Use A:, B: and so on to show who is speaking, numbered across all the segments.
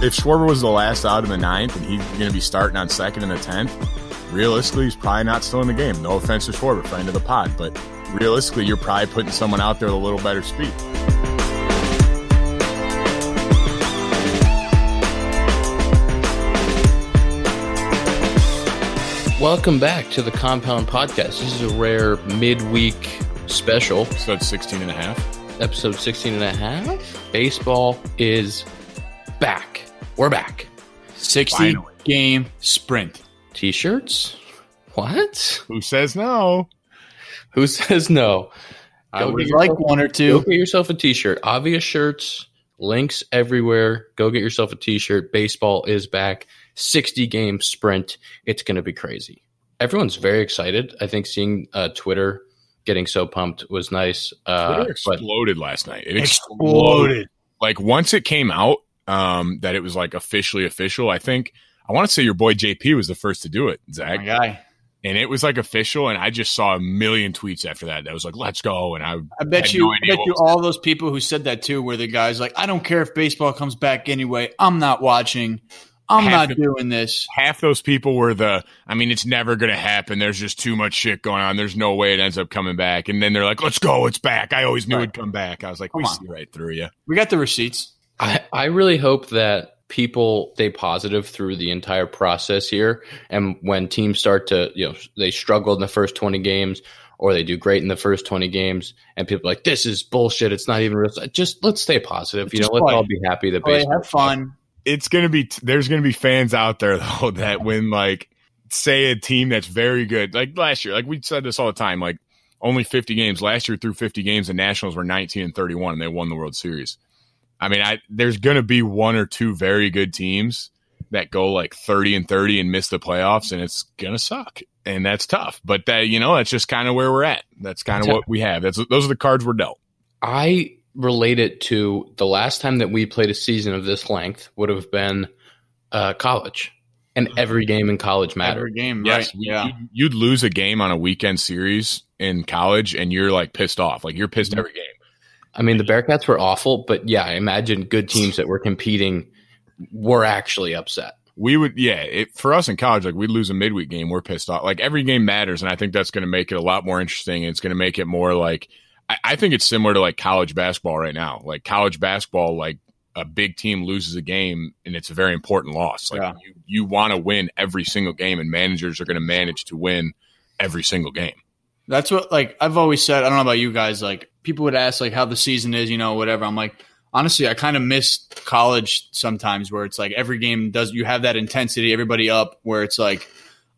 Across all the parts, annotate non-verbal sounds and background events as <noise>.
A: if Schwarber was the last out in the ninth and he's going to be starting on second in the tenth, realistically, he's probably not still in the game. No offense to Schwarber, friend of the pod, but realistically, you're probably putting someone out there with a little better speed.
B: Welcome back to the Compound Podcast. This is a rare midweek special,
A: So it's 16 and a half.
B: episode 16 and a half. Baseball is back. We're back.
C: 60
A: Finally.
C: game sprint.
B: T shirts? What? <laughs>
A: Who says no?
B: Who says no?
C: I
B: Go
C: would
B: get
C: like
B: yourself-
C: one or
B: Go
C: two.
B: get yourself a t shirt. Obvious shirts, links everywhere. Go get yourself a t shirt. Baseball is back. 60 game sprint. It's going to be crazy. Everyone's very excited. I think seeing uh, Twitter getting so pumped was nice. Uh,
A: Twitter
B: but
A: exploded last night. It
C: Exploded.
A: Like once it came out um, that it was like officially official, I think I want to say your boy JP was the first to do it, Zach,
C: My guy.
A: and it was like official. And I just saw a million tweets after that. That was like, "Let's go!" And I
C: I bet
A: Had
C: you,
A: no
C: I
A: idea
C: bet
A: what
C: you
A: was-
C: all those people who said that too were the guys like, I don't care if baseball comes back anyway. I'm not watching. I'm
A: Half
C: not
A: of-
C: doing this.
A: half those people were the I mean, it's never gonna happen. There's just too much shit going on. There's no way it ends up coming back. And then they're like, Let's go, it's back. I always knew
C: Right.
A: it'd come back. I was like,
C: Come
A: We
C: on.
A: see right through you.
C: We got the receipts.
B: I, I really hope that people stay positive through the entire process here. And when teams start to, you know, they struggle in the first 20 games or they do great in the first 20 games and people are like, this is bullshit. It's not even real. Just let's stay positive. You
C: Just
B: know, let's
C: play. Oh,
B: all be happy that
C: Play,
B: baseball.
C: have fun.
A: It's gonna be there's gonna be fans out there <laughs> though that when like say a team that's very good, like last year, like we said this all the time, like only 50 games last year through 50 games, the Nationals were 19 and 31, and they won the World Series. I mean, I there's gonna be one or two very good teams that go like 30 and 30 and miss the playoffs, and it's gonna suck, and that's tough. But that you know, that's just kind of where we're at. That's kind of
B: That's-
A: what we have. That's those are the cards we're dealt.
B: I relate it to the last time that we played a season of this length would have been uh, college. And every game in college mattered.
C: Every game,
A: Yes,
C: right?
A: we-
C: Yeah.
A: you'd, you'd lose a game on a weekend series in college, and you're like pissed off. Like you're
C: Mm-hmm.
A: pissed every game.
B: I mean, the Bearcats were awful, but yeah, I imagine good teams that were competing were actually upset.
A: we would yeah it, for us in college like we'd lose a midweek game we're pissed off like every game matters and i think that's going to make it a lot more interesting and it's going to make it more like I, I think it's similar to like college basketball right now like college basketball like a big team loses a game and it's a very important loss like
C: Yeah.
A: you, you want to win every single game and managers are going to manage to win every single game
C: That's what like I've always said. I don't know about you guys. Like people would ask like how the season is, you know, whatever. I'm like, honestly, I kind of miss college sometimes, where it's like every game does you have that intensity, everybody up, where it's like,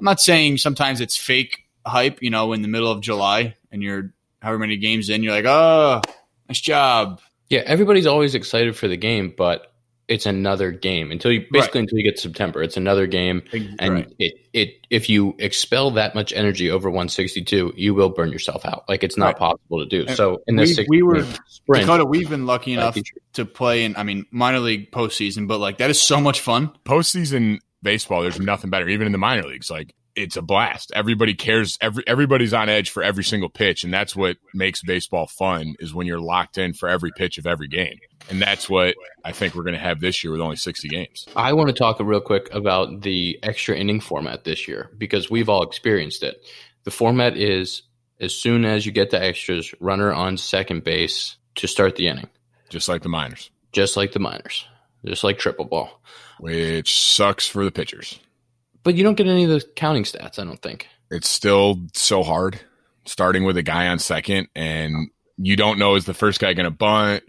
C: I'm not saying sometimes it's fake hype, you know, in the middle of July and you're however many games in, you're like, oh, nice job.
B: Yeah, everybody's always excited for the game, but it's another game until you basically until you get to September. It's another game, and
C: Right.
B: it it if you expel that much energy over 162, you will burn yourself out. Like it's not
C: Right.
B: possible to do.
C: And
B: so in this
C: we- we were-
B: 60 sprint,
C: Dakota, we've been lucky
B: like,
C: enough to play in, I mean, minor league postseason, but like that is so much fun.
A: postseason baseball there's nothing better even in the minor leagues like it's a blast everybody cares every everybody's on edge for every single pitch and that's what makes baseball fun is when you're locked in for every pitch of every game and that's what i think we're going to have this year with only 60 games
B: I want to talk real quick about the extra inning format this year because we've all experienced it. The format is as soon as you get the extras, runner on second base to start the inning,
A: just like the minors
B: just like the minors, just like triple ball.
A: which sucks for the pitchers
B: But you don't get any of the counting stats, I don't think.
A: it's still so hard starting with a guy on second and you don't know is the first guy going to bunt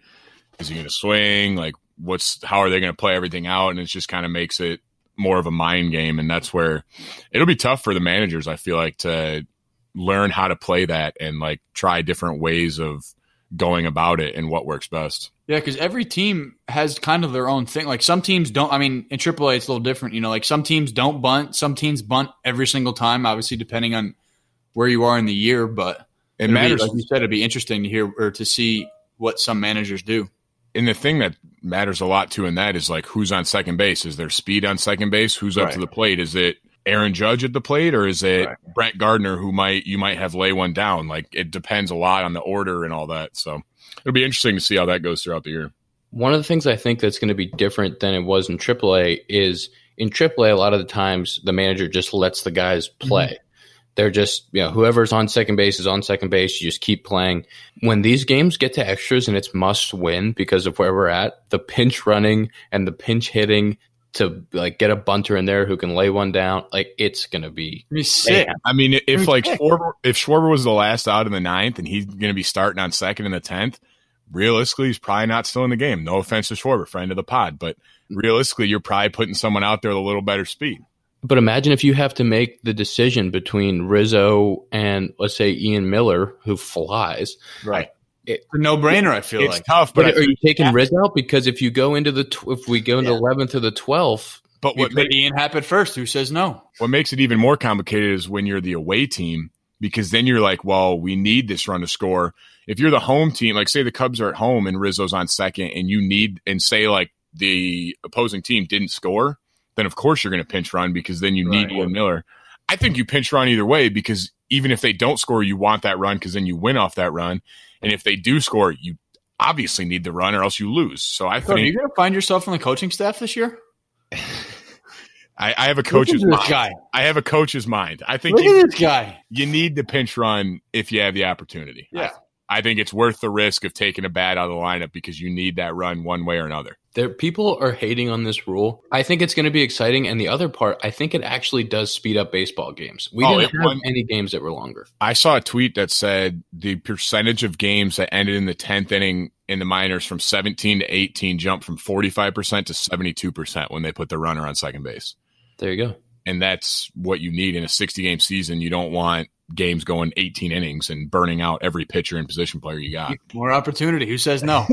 A: is he going to swing like what's how are they going to play everything out and it just kind of makes it more of a mind game and that's where it'll be tough for the managers i feel like to learn how to play that and like try different ways of going about it and what works best
C: Yeah, because every team has kind of their own thing. Like some teams don't. I mean, in AAA, it's a little different. You know, like some teams don't bunt. Some teams bunt every single time. Obviously, depending on where you are in the year, but
A: it
C: it'll be-
A: matters
C: like you said, it'd be interesting to hear or to see what some managers do.
A: and the thing that matters a lot too in that is like who's on second base. Is there speed on second base? Who's up
B: Right.
A: to the plate? Is it Aaron Judge at the plate or is it Brent Gardner who might you might have lay one down? Like it depends a lot on the order and all that. So it'll be interesting to see how that goes throughout the year.
B: One of the things I think that's going to be different than it was in AAA is in AAA, a lot of the times the manager just lets the guys play. They're just, you know, whoever's on second base is on second base. You just keep playing. When these games get to extras and it's must win because of where we're at, the pinch running and the pinch hitting to like get a bunter in there who can lay one down, like it's going to be
C: It'd be sick.
A: I mean, if
C: Dude,
A: like
C: heck.
A: Schwarber, if Schwarber was the last out in the ninth and he's going to be starting on second in the tenth, realistically, he's probably not still in the game. No offense to Schwarber, friend of the pod, but realistically, you're probably putting someone out there with a little better speed.
B: But imagine if you have to make the decision between Rizzo and let's say Ian Miller, who flies.
C: Right. no brainer, I feel
A: It's
C: like.
A: tough,
B: But,
A: but I
B: are
A: think-
B: you taking Rizzo? Because if you go into the tw- if we go into
C: Yeah.
B: eleventh or the twelfth,
A: but
C: You
A: what ma-
C: put Ian Happett first. Who says no?
A: what makes it even more complicated is when you're the away team because then you're like, well, we need this run to score. If you're the home team, like say the Cubs are at home and Rizzo's on second, and you need and say like the opposing team didn't score, then of course you're going to pinch run because then you need
C: Right.
A: Ian Miller. I think you pinch run either way because even if they don't score, you want that run because then you win off that run, and if they do score, you obviously need the run or else you lose. So I
C: Cody, are you
A: think
C: going to find yourself on the coaching staff this year?
A: I, I have a coach's
C: Look at this
A: mind.
C: guy.
A: I have a coach's mind. I think
C: Look
A: you-
C: at this guy.
A: you need the pinch run if you have the opportunity.
C: Yeah.
A: I, I think it's worth the risk of taking a bat out of the lineup because you need that run one way or another.
B: there people are hating on this rule. I think it's going to be exciting. And the other part, I think it actually does speed up baseball games. We
A: Oh, it
B: didn't have
A: won-
B: any games that were longer.
A: I saw a tweet that said the percentage of games that ended in the 10th inning in the minors from 17 to 18 jumped from 45% to 72% when they put the runner on second base.
B: There you go.
A: And that's what you need in a 60 game season. You don't want games going 18 innings and burning out every pitcher and position player you got.
C: More opportunity. Who says no?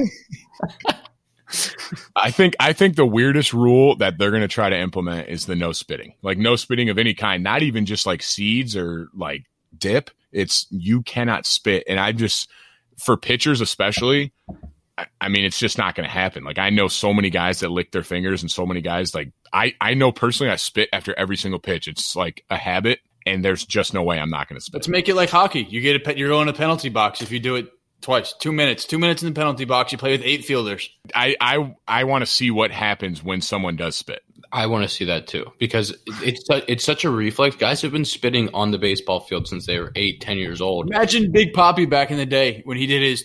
A: I think I think the weirdest rule that they're going to try to implement is the no spitting. Like no spitting of any kind, not even just like seeds or like dip. It's you cannot spit and I just for pitchers especially I, I mean it's just not going to happen. Like I know so many guys that lick their fingers and so many guys like I I know personally I spit after every single pitch. It's like a habit and there's just no way I'm not going to spit.
C: Let's make it like hockey. You get a pe- you're going to the penalty box if you do it twice. Two minutes. Two minutes in the penalty box. You play with eight fielders.
A: I I I want to see what happens when someone does spit.
B: I want to see that too because it's su- it's such a reflex. Guys have been spitting on the baseball field since they were eight, ten years old.
C: Imagine Big Poppy back in the day when he did his.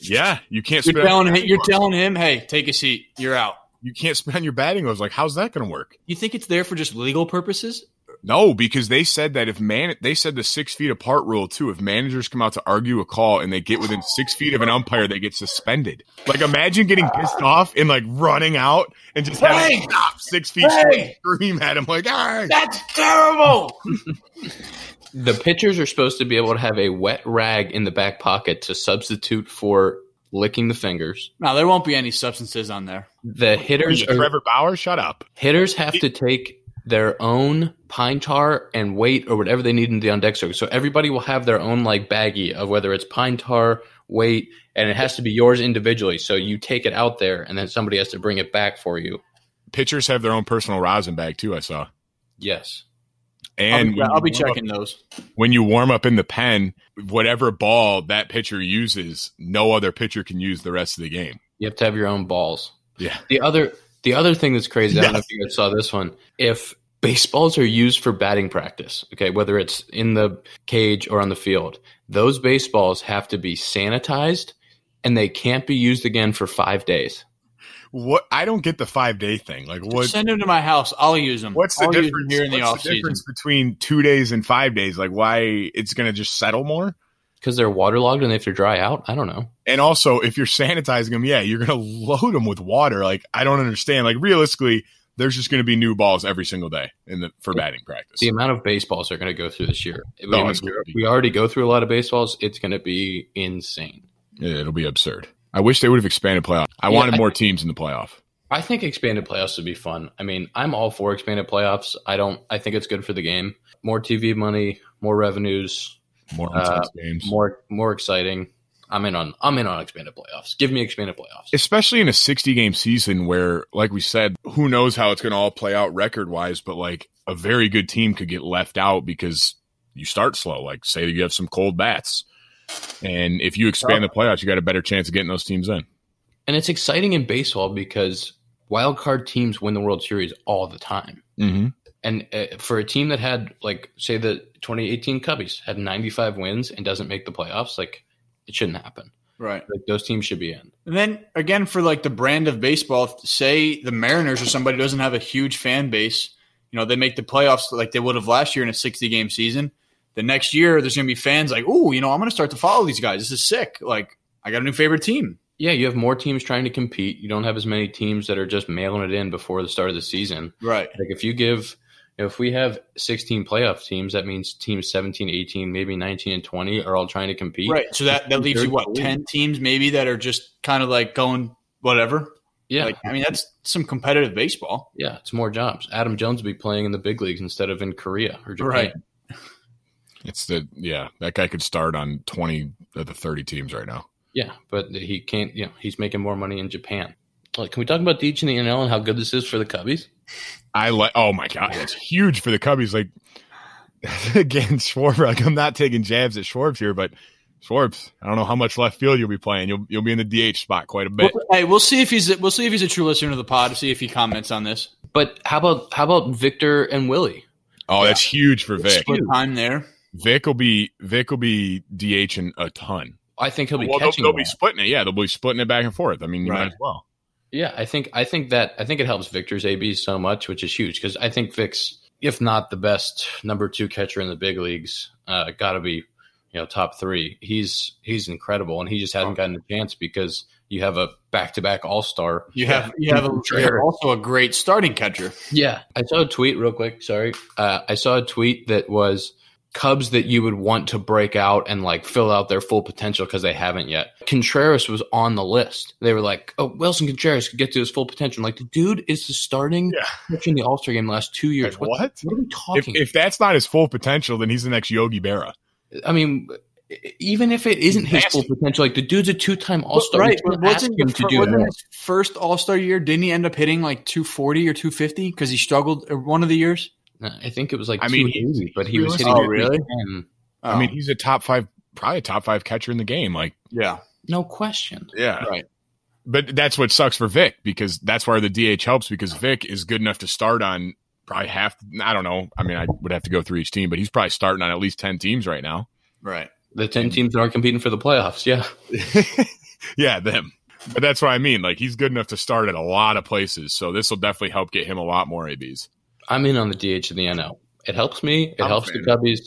A: Yeah, you can't
C: You're
A: spit. on-
C: telling him, you're telling him, hey, take a seat. You're out.
A: you can't spit on your batting gloves. Like how's that going to work?
C: You think it's there for just legal purposes?
A: No, because they said that if man, they said the six feet apart rule too. If managers come out to argue a call and they get within six feet of an umpire, they get suspended. Like imagine getting pissed off and like running out and just having
C: Hey!
A: to stop six feet
C: Hey!
A: straight, scream at him like, all right.
C: That's terrible.
B: The pitchers are supposed to be able to have a wet rag in the back pocket to substitute for licking the fingers.
C: no, there won't be any substances on there.
B: The hitters are,
A: Trevor Bauer, shut up.
B: hitters have to take their own pine tar and weight or whatever they need in the on deck circle. So everybody will have their own like baggie of whether it's pine tar, weight, and it has to be yours individually. So you take it out there and then somebody has to bring it back for you.
A: Pitchers have their own personal rosin bag too. I saw.
B: Yes.
A: And
C: I'll be, I'll be
A: when you warm up-
C: checking those.
A: when you warm up in the pen, whatever ball that pitcher uses, no other pitcher can use the rest of the game.
B: You have to have your own balls.
A: Yeah.
B: The other the other thing that's crazy, I don't know if you guys saw this one. If baseballs are used for batting practice, okay, whether it's in the cage or on the field, those baseballs have to be sanitized and they can't be used again for five days.
A: What I don't get the five day thing. Like what?
C: Send them to my house. I'll use
B: Mm-hmm.
C: them.
A: What's the
C: I'll use them
A: difference
C: here in the
A: what's
C: off
A: the
C: season?
A: difference between two days and five days? Like, why it's going to just settle more?
B: Because they're waterlogged and they have to dry out. I don't know.
A: And also, if you're sanitizing them, yeah, you're going to <laughs> load them with water. Like, I don't understand. Like, realistically, there's just going to be new balls every single day in the for batting practice.
B: The amount of baseballs they're going to go through this year. I
A: No,
B: mean,
A: Oh, it's gonna be-
B: we already go through a lot of baseballs. It's going to be insane.
A: Yeah, It'll be absurd. I wish they would have expanded playoff. I
B: Yeah,
A: wanted
B: I-
A: more teams in the playoff.
B: I think expanded playoffs would be fun. I mean, I'm all for expanded playoffs. I don't. I think it's good for the game. More TV money, more revenues,
A: More
B: Uh,
A: intense games.
B: more more exciting. I'm in on. I'm in on expanded playoffs. Give me expanded playoffs.
A: especially in a 60 game season where like we said who knows how it's going to all play out record wise but like a very good team could get left out because you start slow like say you have some cold bats and if you expand the playoffs you got a better chance of getting those teams in
B: And it's exciting in baseball because wild card teams win the World Series all the time.
A: Mm-hmm.
B: And uh, for a team that had, like, say the 2018 Cubbies had 95 wins and doesn't make the playoffs, like, it shouldn't happen.
C: Right.
B: Like, those teams should be in.
C: And then again, for like the brand of baseball, say the Mariners or somebody doesn't have a huge fan base, you know, they make the playoffs like they would have last year in a 60 game season. The next year, there's going to be fans like, oh, you know, I'm going to start to follow these guys. This is sick. Like, I got a new favorite team.
B: Yeah, you have more teams trying to compete. You don't have as many teams that are just mailing it in before the start of the season.
C: Right.
B: Like if you give if we have 16 playoff teams, that means teams 17, 18, maybe 19 and 20 are all trying to compete.
C: Right. So that, that leaves you, what, 10 teams maybe that are just kind of like going whatever?
B: Yeah.
C: Like, I mean, that's some competitive baseball.
B: yeah. It's more jobs. Adam Jones will be playing in the big leagues instead of in Korea or Japan.
C: Right.
A: It's the yeah that guy could start on twenty of the thirty teams right now.
B: Yeah. But he can't, you know, he's making more money in Japan. Like, can we talk about Deitch in the NL and how good this is for the Cubbies?
A: I like. Oh my god, that's huge for the Cubbies. Like <laughs> again, Schwarber. Like I'm not taking jabs at Schwarbs here, but Schwarbs. I don't know how much left field you'll be playing. You'll you'll be in the DH spot quite a bit.
C: Hey, we'll see if he's we'll see if he's a true listener to the pod. See if he comments on this.
B: But how about how about Victor and Willie?
A: Oh, that's huge for Vic.
C: Split time there.
A: Vic will be Vic will be DHing a ton.
B: I think he'll be
A: Well, they'll,
B: catching.
A: they'll
B: more.
A: be splitting it. Yeah, they'll be splitting it back and forth. I mean, you
C: Right.
A: might as well.
B: Yeah, I think I think that I think it helps Victor's AB so much, which is huge because I think Vic's, if not the best number two catcher in the big leagues, uh, got to be you know top three. He's he's incredible, and he just hasn't gotten the chance because you have a back to back All Star.
C: You have you have, a, you have also a great starting catcher.
B: Yeah, I saw a tweet real quick. Sorry, uh, I saw a tweet that was Cubs that you would want to break out and like fill out their full potential because they haven't yet. Contreras was on the list. They were like, "Oh, Wilson Contreras could get to his full potential." I'm like the dude is the starting
A: Yeah.
B: pitcher in the All Star game last two years.
A: Like,
B: what?
A: what?
B: what are we
A: If,
B: talking?
A: if that's not his full potential, then he's the next Yogi Berra.
B: I mean, even if it isn't his full potential, like the dude's a two time All Star.
C: right? but
B: asking
C: Wasn't,
B: him to do
C: wasn't
B: more.
C: his first All Star year? Didn't he end up hitting like two forty or two fifty because he struggled uh, one of the years?
B: I think it was like
A: I mean,
B: 280, but he was
A: he's
B: hitting. Oh.
C: realistic. Oh, really?
B: 310.
C: Oh,
A: I mean, he's a top five, probably a top five catcher in the game. Like,
C: yeah,
B: No question.
A: yeah,
C: Right.
A: But that's what sucks for Vic because that's where the DH helps because Vic is good enough to start on probably half. I don't know. I mean, I would have to go through each team, but he's probably starting on at least ten teams right now.
C: right.
B: The ten teams that aren't competing for the playoffs. Yeah.
A: <laughs> yeah, them. But that's what I mean. Like, he's good enough to start at a lot of places. So this will definitely help get him a lot more abs.
B: I'm in on the DH in the NL. It helps me. It
A: I'm a
B: helps the
A: fan.
B: Cubbies.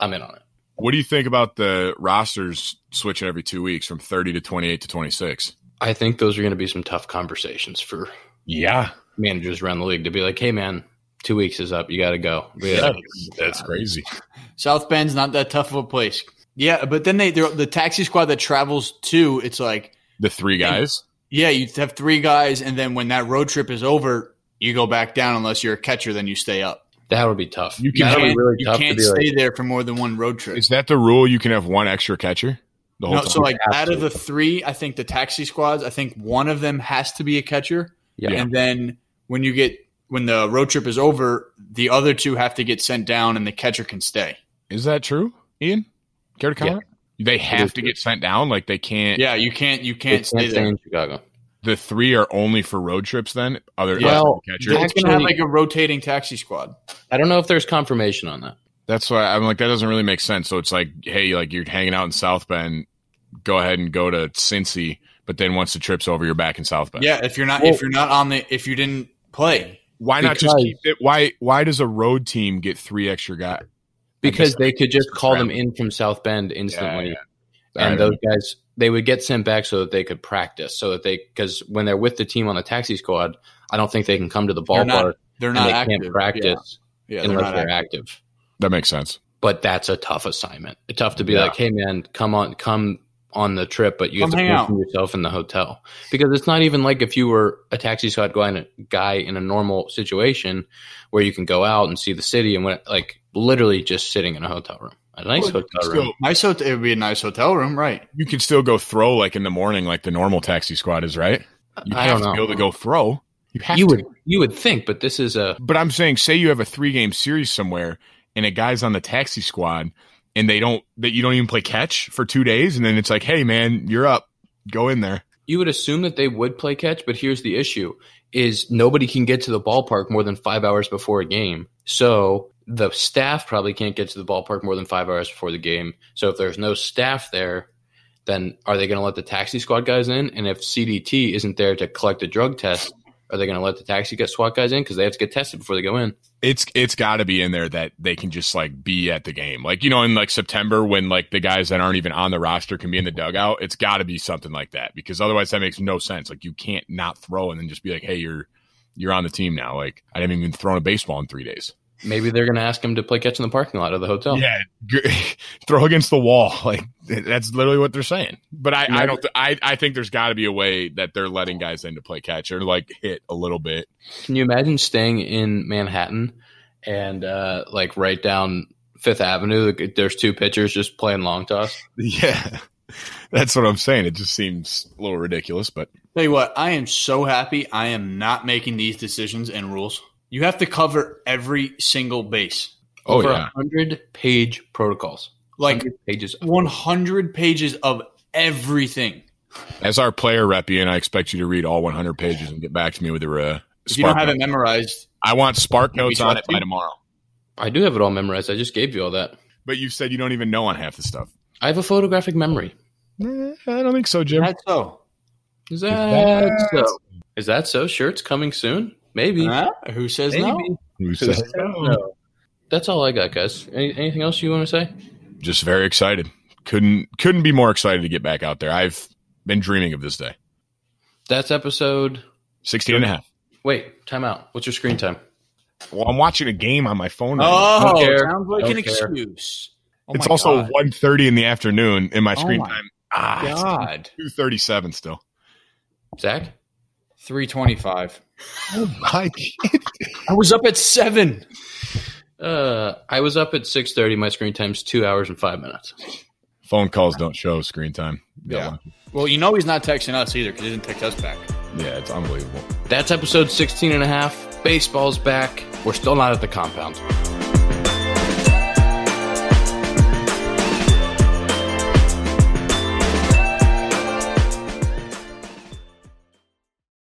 B: I'm in on it.
A: What do you think about the rosters switching every two weeks from thirty to twenty eight to twenty six?
B: I think those are going to be some tough conversations for
A: Yeah,
B: managers around the league to be like, "Hey, man, two weeks is up. You got to go."
A: yeah,
B: Yeah.
A: that's crazy.
C: South Bend's not that tough of a place. Yeah, but then they they're- the taxi squad that travels to it's like
A: The three guys.
C: yeah, you have three guys, and then when that road trip is over, you go back down unless you're a catcher. Then you stay up.
B: that would be tough.
A: You
B: That
A: can't-
B: would be really
C: you
B: tough to
C: can't
B: be like,
C: stay there for more than one road trip.
A: Is that the rule? You can have one extra catcher the whole
C: No,
A: time.
C: so like out of
B: Absolutely.
C: the three, I think the taxi squads, I think one of them has to be a catcher,
B: yeah.
C: and then when you get when the road trip is over, the other two have to get sent down, and the catcher can stay.
A: is that true, Ian? Care to comment? They have to get sent down. Like they can't.
C: Yeah, you can't you
B: They
C: can't
B: can't
C: stay
B: stay
C: there.
B: in Chicago.
A: The three are only for road trips. Then other
C: Yeah.
A: well, catcher.
B: Well,
C: You can have
B: Actually-
C: like a rotating taxi squad.
B: I don't know if there's confirmation on that.
A: That's why I'm like that doesn't really make sense. So it's like, hey, like you're hanging out in South Bend. Go ahead and go to Cincy, but then once the trip's over, you're back in South Bend.
C: Yeah, if you're not if you're not on the if you didn't play,
A: Why not just
B: Because-
A: keep it? Why Why does a road team get three extra guys?
B: because
A: guess
B: they could just call
A: crap.
B: them in from South Bend instantly.
A: Yeah,
B: And
A: All
B: those guys, they would get sent back so that they could practice. So that they, because when they're with the team on the taxi squad, I don't think they can come to the
C: They're
B: ballpark
C: not- they're
B: and
C: not
B: they
C: active.
B: can't practice
C: Yeah, yeah they're
B: unless
C: not
B: they're
C: active.
B: active.
A: That makes sense.
B: But that's a tough assignment. It's tough to be
A: Yeah.
B: like, hey man, come on, come on the trip, but you
C: Come
B: have
C: hang
B: to
C: out.
B: book yourself in the hotel because it's not even like if you were a taxi squad guy in a, guy in a normal situation where you can go out and see the city and what like literally just sitting in a hotel room, a nice
A: Well,
B: hotel room.
A: So
C: Nice hotel. It would be a nice hotel room, right?
A: you can still go throw like in the morning, like the normal taxi squad is, right? You
B: I
A: have
B: don't know.
A: to be able to go throw. You have
B: you
A: to.
B: would you would think, but this is a
A: But I'm saying, say you have a three game series somewhere, and a guy's on the taxi squad, and they don't that you don't even play catch for two days, and then it's like, hey man, you're up, go in there.
B: you would assume that they would play catch, but here's the issue is nobody can get to the ballpark more than 5 hours before a game. So the staff probably can't get to the ballpark more than 5 hours before the game. So if there's no staff there, then are they going to let the taxi squad guys in? And if CDT isn't there to collect a drug test, are they going to let the taxi get SWAT guys in because they have to get tested before they go in?
A: It's it's got to be in there that they can just like be at the game, like you know, in like September when like the guys that aren't even on the roster can be in the dugout. It's got to be something like that because otherwise that makes no sense. Like you can't not throw and then just be like, hey, you're you're on the team now. Like I haven't even thrown a baseball in three days.
B: Maybe they're going to ask them to play catch in the parking lot of the hotel.
A: Yeah, g- <laughs> throw against the wall. <laughs> Like that's literally what they're saying. But I, I don't. Th- I I think there's got to be a way that they're letting guys in to play catch or like hit a little bit. <laughs>
B: Can you imagine staying in Manhattan and uh, like right down Fifth Avenue? like, There's two pitchers just playing long toss.
A: Yeah, that's what I'm saying. It just seems a little ridiculous, but
C: Tell you what, I am so happy I am not making these decisions and rules. You have to cover every single base.
A: oh
B: Over
A: yeah,
B: 100 page protocols.
C: Like
B: 100 pages.
C: 100 pages of everything.
A: as our player rep, Ian, I expect you to read all 100 pages and get back to me with your. Uh,
C: If you don't
A: spark
C: have it
A: notes.
C: memorized,
A: I want spark
C: Can we
A: notes on it
C: trust
A: by
C: you?
A: tomorrow.
B: I do have it all memorized. I just gave you all that.
A: But you said you don't even know on half the stuff.
B: I have a photographic memory.
A: Eh, I don't think so, Jim.
C: that's so.
B: Is that, so? Is that so? Shirts coming soon? Maybe.
C: Huh? Who says no?
B: Maybe.
A: You
B: Who
A: said-
B: says no? That's all I got, guys. Any, anything else you want to say?
A: just very excited. Couldn't couldn't be more excited to get back out there. I've been dreaming of this day.
B: That's episode.
A: 16 and a half.
B: Wait, time out. What's your screen time?
A: Well, I'm watching a game on my phone. right now.
C: Oh,
B: Don't care.
C: sounds like
B: Don't
C: an
B: care.
C: excuse. Oh
A: it's
C: my
A: also
C: God.
A: 1.30 in the afternoon in my
C: Oh
A: screen
C: my
A: time. Ah,
C: God.
A: it's 2.37 still.
B: Zach?
C: 325.
A: Oh, my
C: I was up at 7.
B: Uh, I was up at 6.30. My screen time's two hours and five minutes.
A: Phone calls don't show screen time.
C: Yeah. Well, you know he's not texting us either because he didn't text us back.
A: Yeah, it's unbelievable.
B: That's episode 16 and a half. Baseball's back. We're still not at the compound.